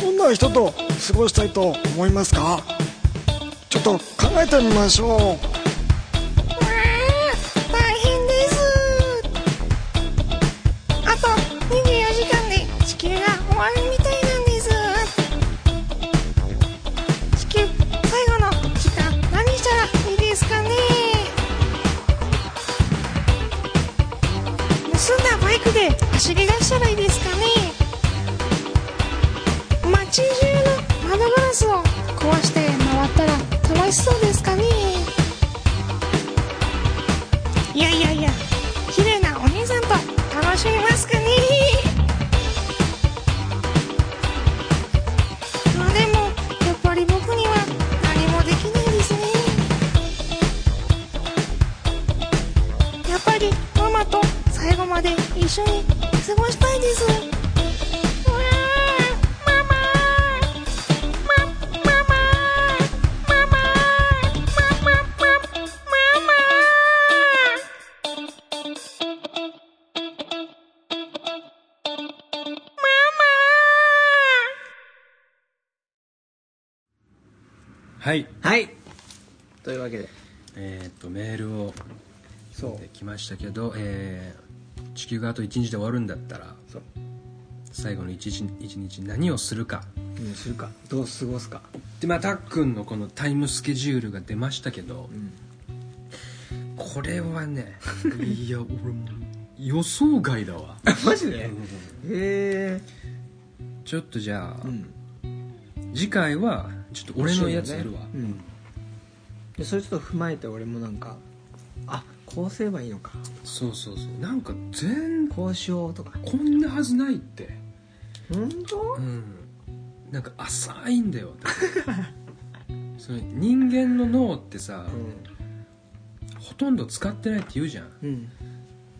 S5: どんな人と過ごしたいと思いますかちょっと考えてみましょうわ
S6: あ大変ですあと24時間で地球が終わるみたいなんです地球最後の時間何したらいいですかね盗んだバイクで走り出したらいいですかね街中の窓ガラスを壊して回ったら楽しそうですかねいやいやいや綺麗なお姉さんと楽しみますかねまあでもやっぱり僕には何もできないですねやっぱりママと最後まで一緒に過ごしたいですうわーママーママ
S3: はい
S2: はいというわけで
S3: えーっとメールを
S2: そう
S3: できましたけど、えー地球があと1日で終わるんだったら
S2: そう
S3: 最後の一日一日何をするか
S2: 何するかどう過ご すか
S3: でまあたっくんのこのタイムスケジュールが出ましたけど、
S2: ん
S3: これ はねいや俺も予想外だわ
S2: マジでへえ
S3: ちょっとじゃあ、
S2: うん
S3: 次回はちょっと俺のやつやるわ、
S2: うんでそれちょっと踏まえて俺もなんかあこうすればいいのか
S3: そうそうそうなんか全
S2: こうしようとか
S3: こんなはずないって
S2: 本当
S3: うんなんか浅いん だよその人間の脳ってさ、ほとんど使ってないって言うじゃん
S2: うんうん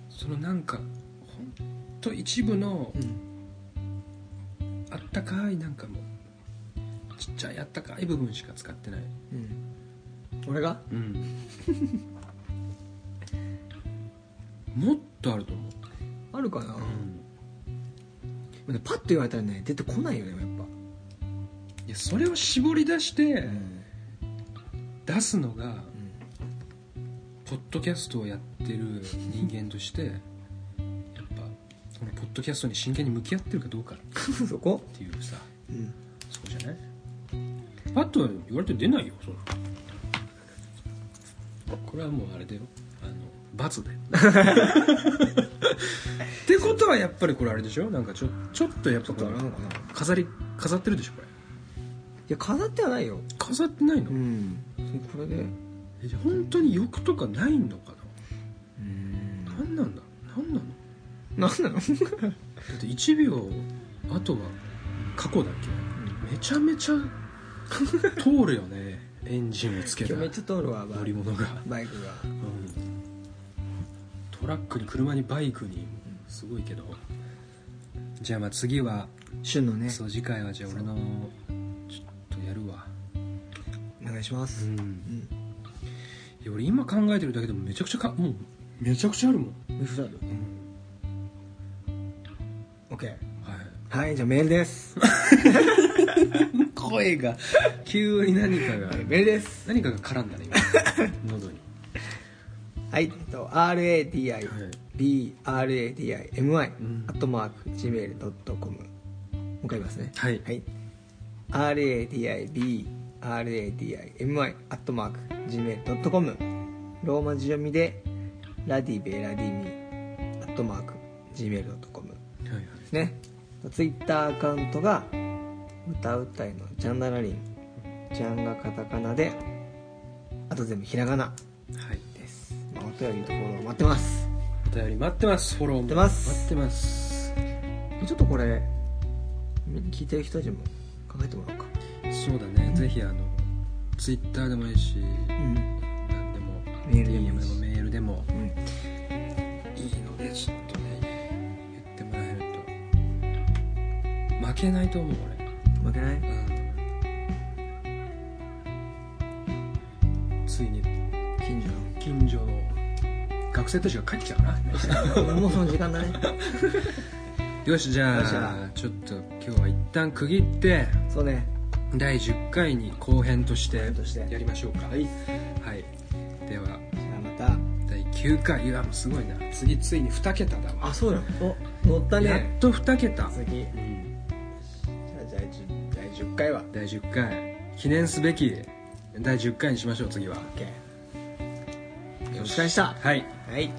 S3: そのなんかほんと一部の
S2: うん
S3: あったかいなんかもうちっちゃいあったかい部分しか使ってない
S2: うん俺が
S3: うん もっとあると思う、
S2: あるかな、でパッと言われたらね出てこないよねやっ
S3: いやそれを絞り出して
S2: ぱ、
S3: 出すのが、ポッドキャストをやってる人間としてやっぱこのポッドキャストに真剣に向き合ってるかどうかっ
S2: うん、 そこ、
S3: ていうさ
S2: うん、
S3: そうじゃないパッと言われて出ないよそんなこれはもうあれだよあの 罰だよってことはやっぱりこれあれでしょなんかちょちょっとやっぱ
S2: ちょっとあれなのかな
S3: 飾り飾ってるでしょこれ
S2: いや飾ってはないよ
S3: 飾ってないの、
S2: んこれで
S3: えじゃあ本当に欲とかないのか
S2: うん
S3: な何なんだ何なの
S2: 何なの
S3: だって1秒あとは過去だっけめちゃめちゃ 通るよねエンジンをつけた
S2: 今日めっちゃ通るわバ
S3: 乗り
S2: イ
S3: 物が、
S2: バイクが
S3: トラックに車にバイクにすごいけどじゃあまあ次は、
S2: 旬のね
S3: そう次回はじゃあ俺のちょっとやるわ
S2: お願いします
S3: んいや俺今考えてるだけでもめちゃくちゃかもうめちゃくちゃあるもん、
S2: ミフラル
S3: うん、
S2: OK
S3: はい
S2: はいじゃあメール です
S3: 声が急に何かが
S2: メールです
S3: 何かが絡ん だね今喉に
S2: はいえっと RADI、
S3: はい
S2: BRADIMI、
S3: ん
S2: アットマーク Gmail.com もう一回言いますね
S3: はい
S2: はい RADIBRADIMI アットマーク Gmail.com ローマ字読みでラディベラディミアットマーク Gmail.com
S3: はいはい
S2: ですねツイッターアカウントが歌うたいのジャンダラリンジャンがカタカナであと全部ひらがな
S3: はい
S2: です、まあ、お便りとフォロー待ってます
S3: お便り待ってますフォローも
S2: 待ってます
S3: 待ってます
S2: ちょっとこれみ聞いてる人たちも考えてもらおうか
S3: そうだね、ぜひあのツイッターでもいいし
S2: うん
S3: 何でも
S2: メールでもいい
S3: DM
S2: し
S3: でもメールでも
S2: うん
S3: いいのでちょっとね言ってもらえると負けないと思う
S2: 負けない
S3: 俺、うん、ついに
S2: 近所
S3: 近所の学生たちが帰ってきたかな
S2: の もうその時間だね
S3: よしじゃ
S2: よっし
S3: あ
S2: ゃ
S3: ちょっと今日は一旦区切って
S2: そうね
S3: 第10回に後編として
S2: 編として
S3: やりましょうかはい、で
S2: じゃ
S3: は
S2: あまた
S3: 第9回いやもうすごいな次ついに2桁だわ
S2: あそうよお乗った
S3: や
S2: ね
S3: っと2桁、
S2: 次じゃ
S3: うん
S2: あ第10第10回は
S3: 第10回記念すべき第10回にしましょう次は
S2: OK お疲れした
S3: はい
S2: はい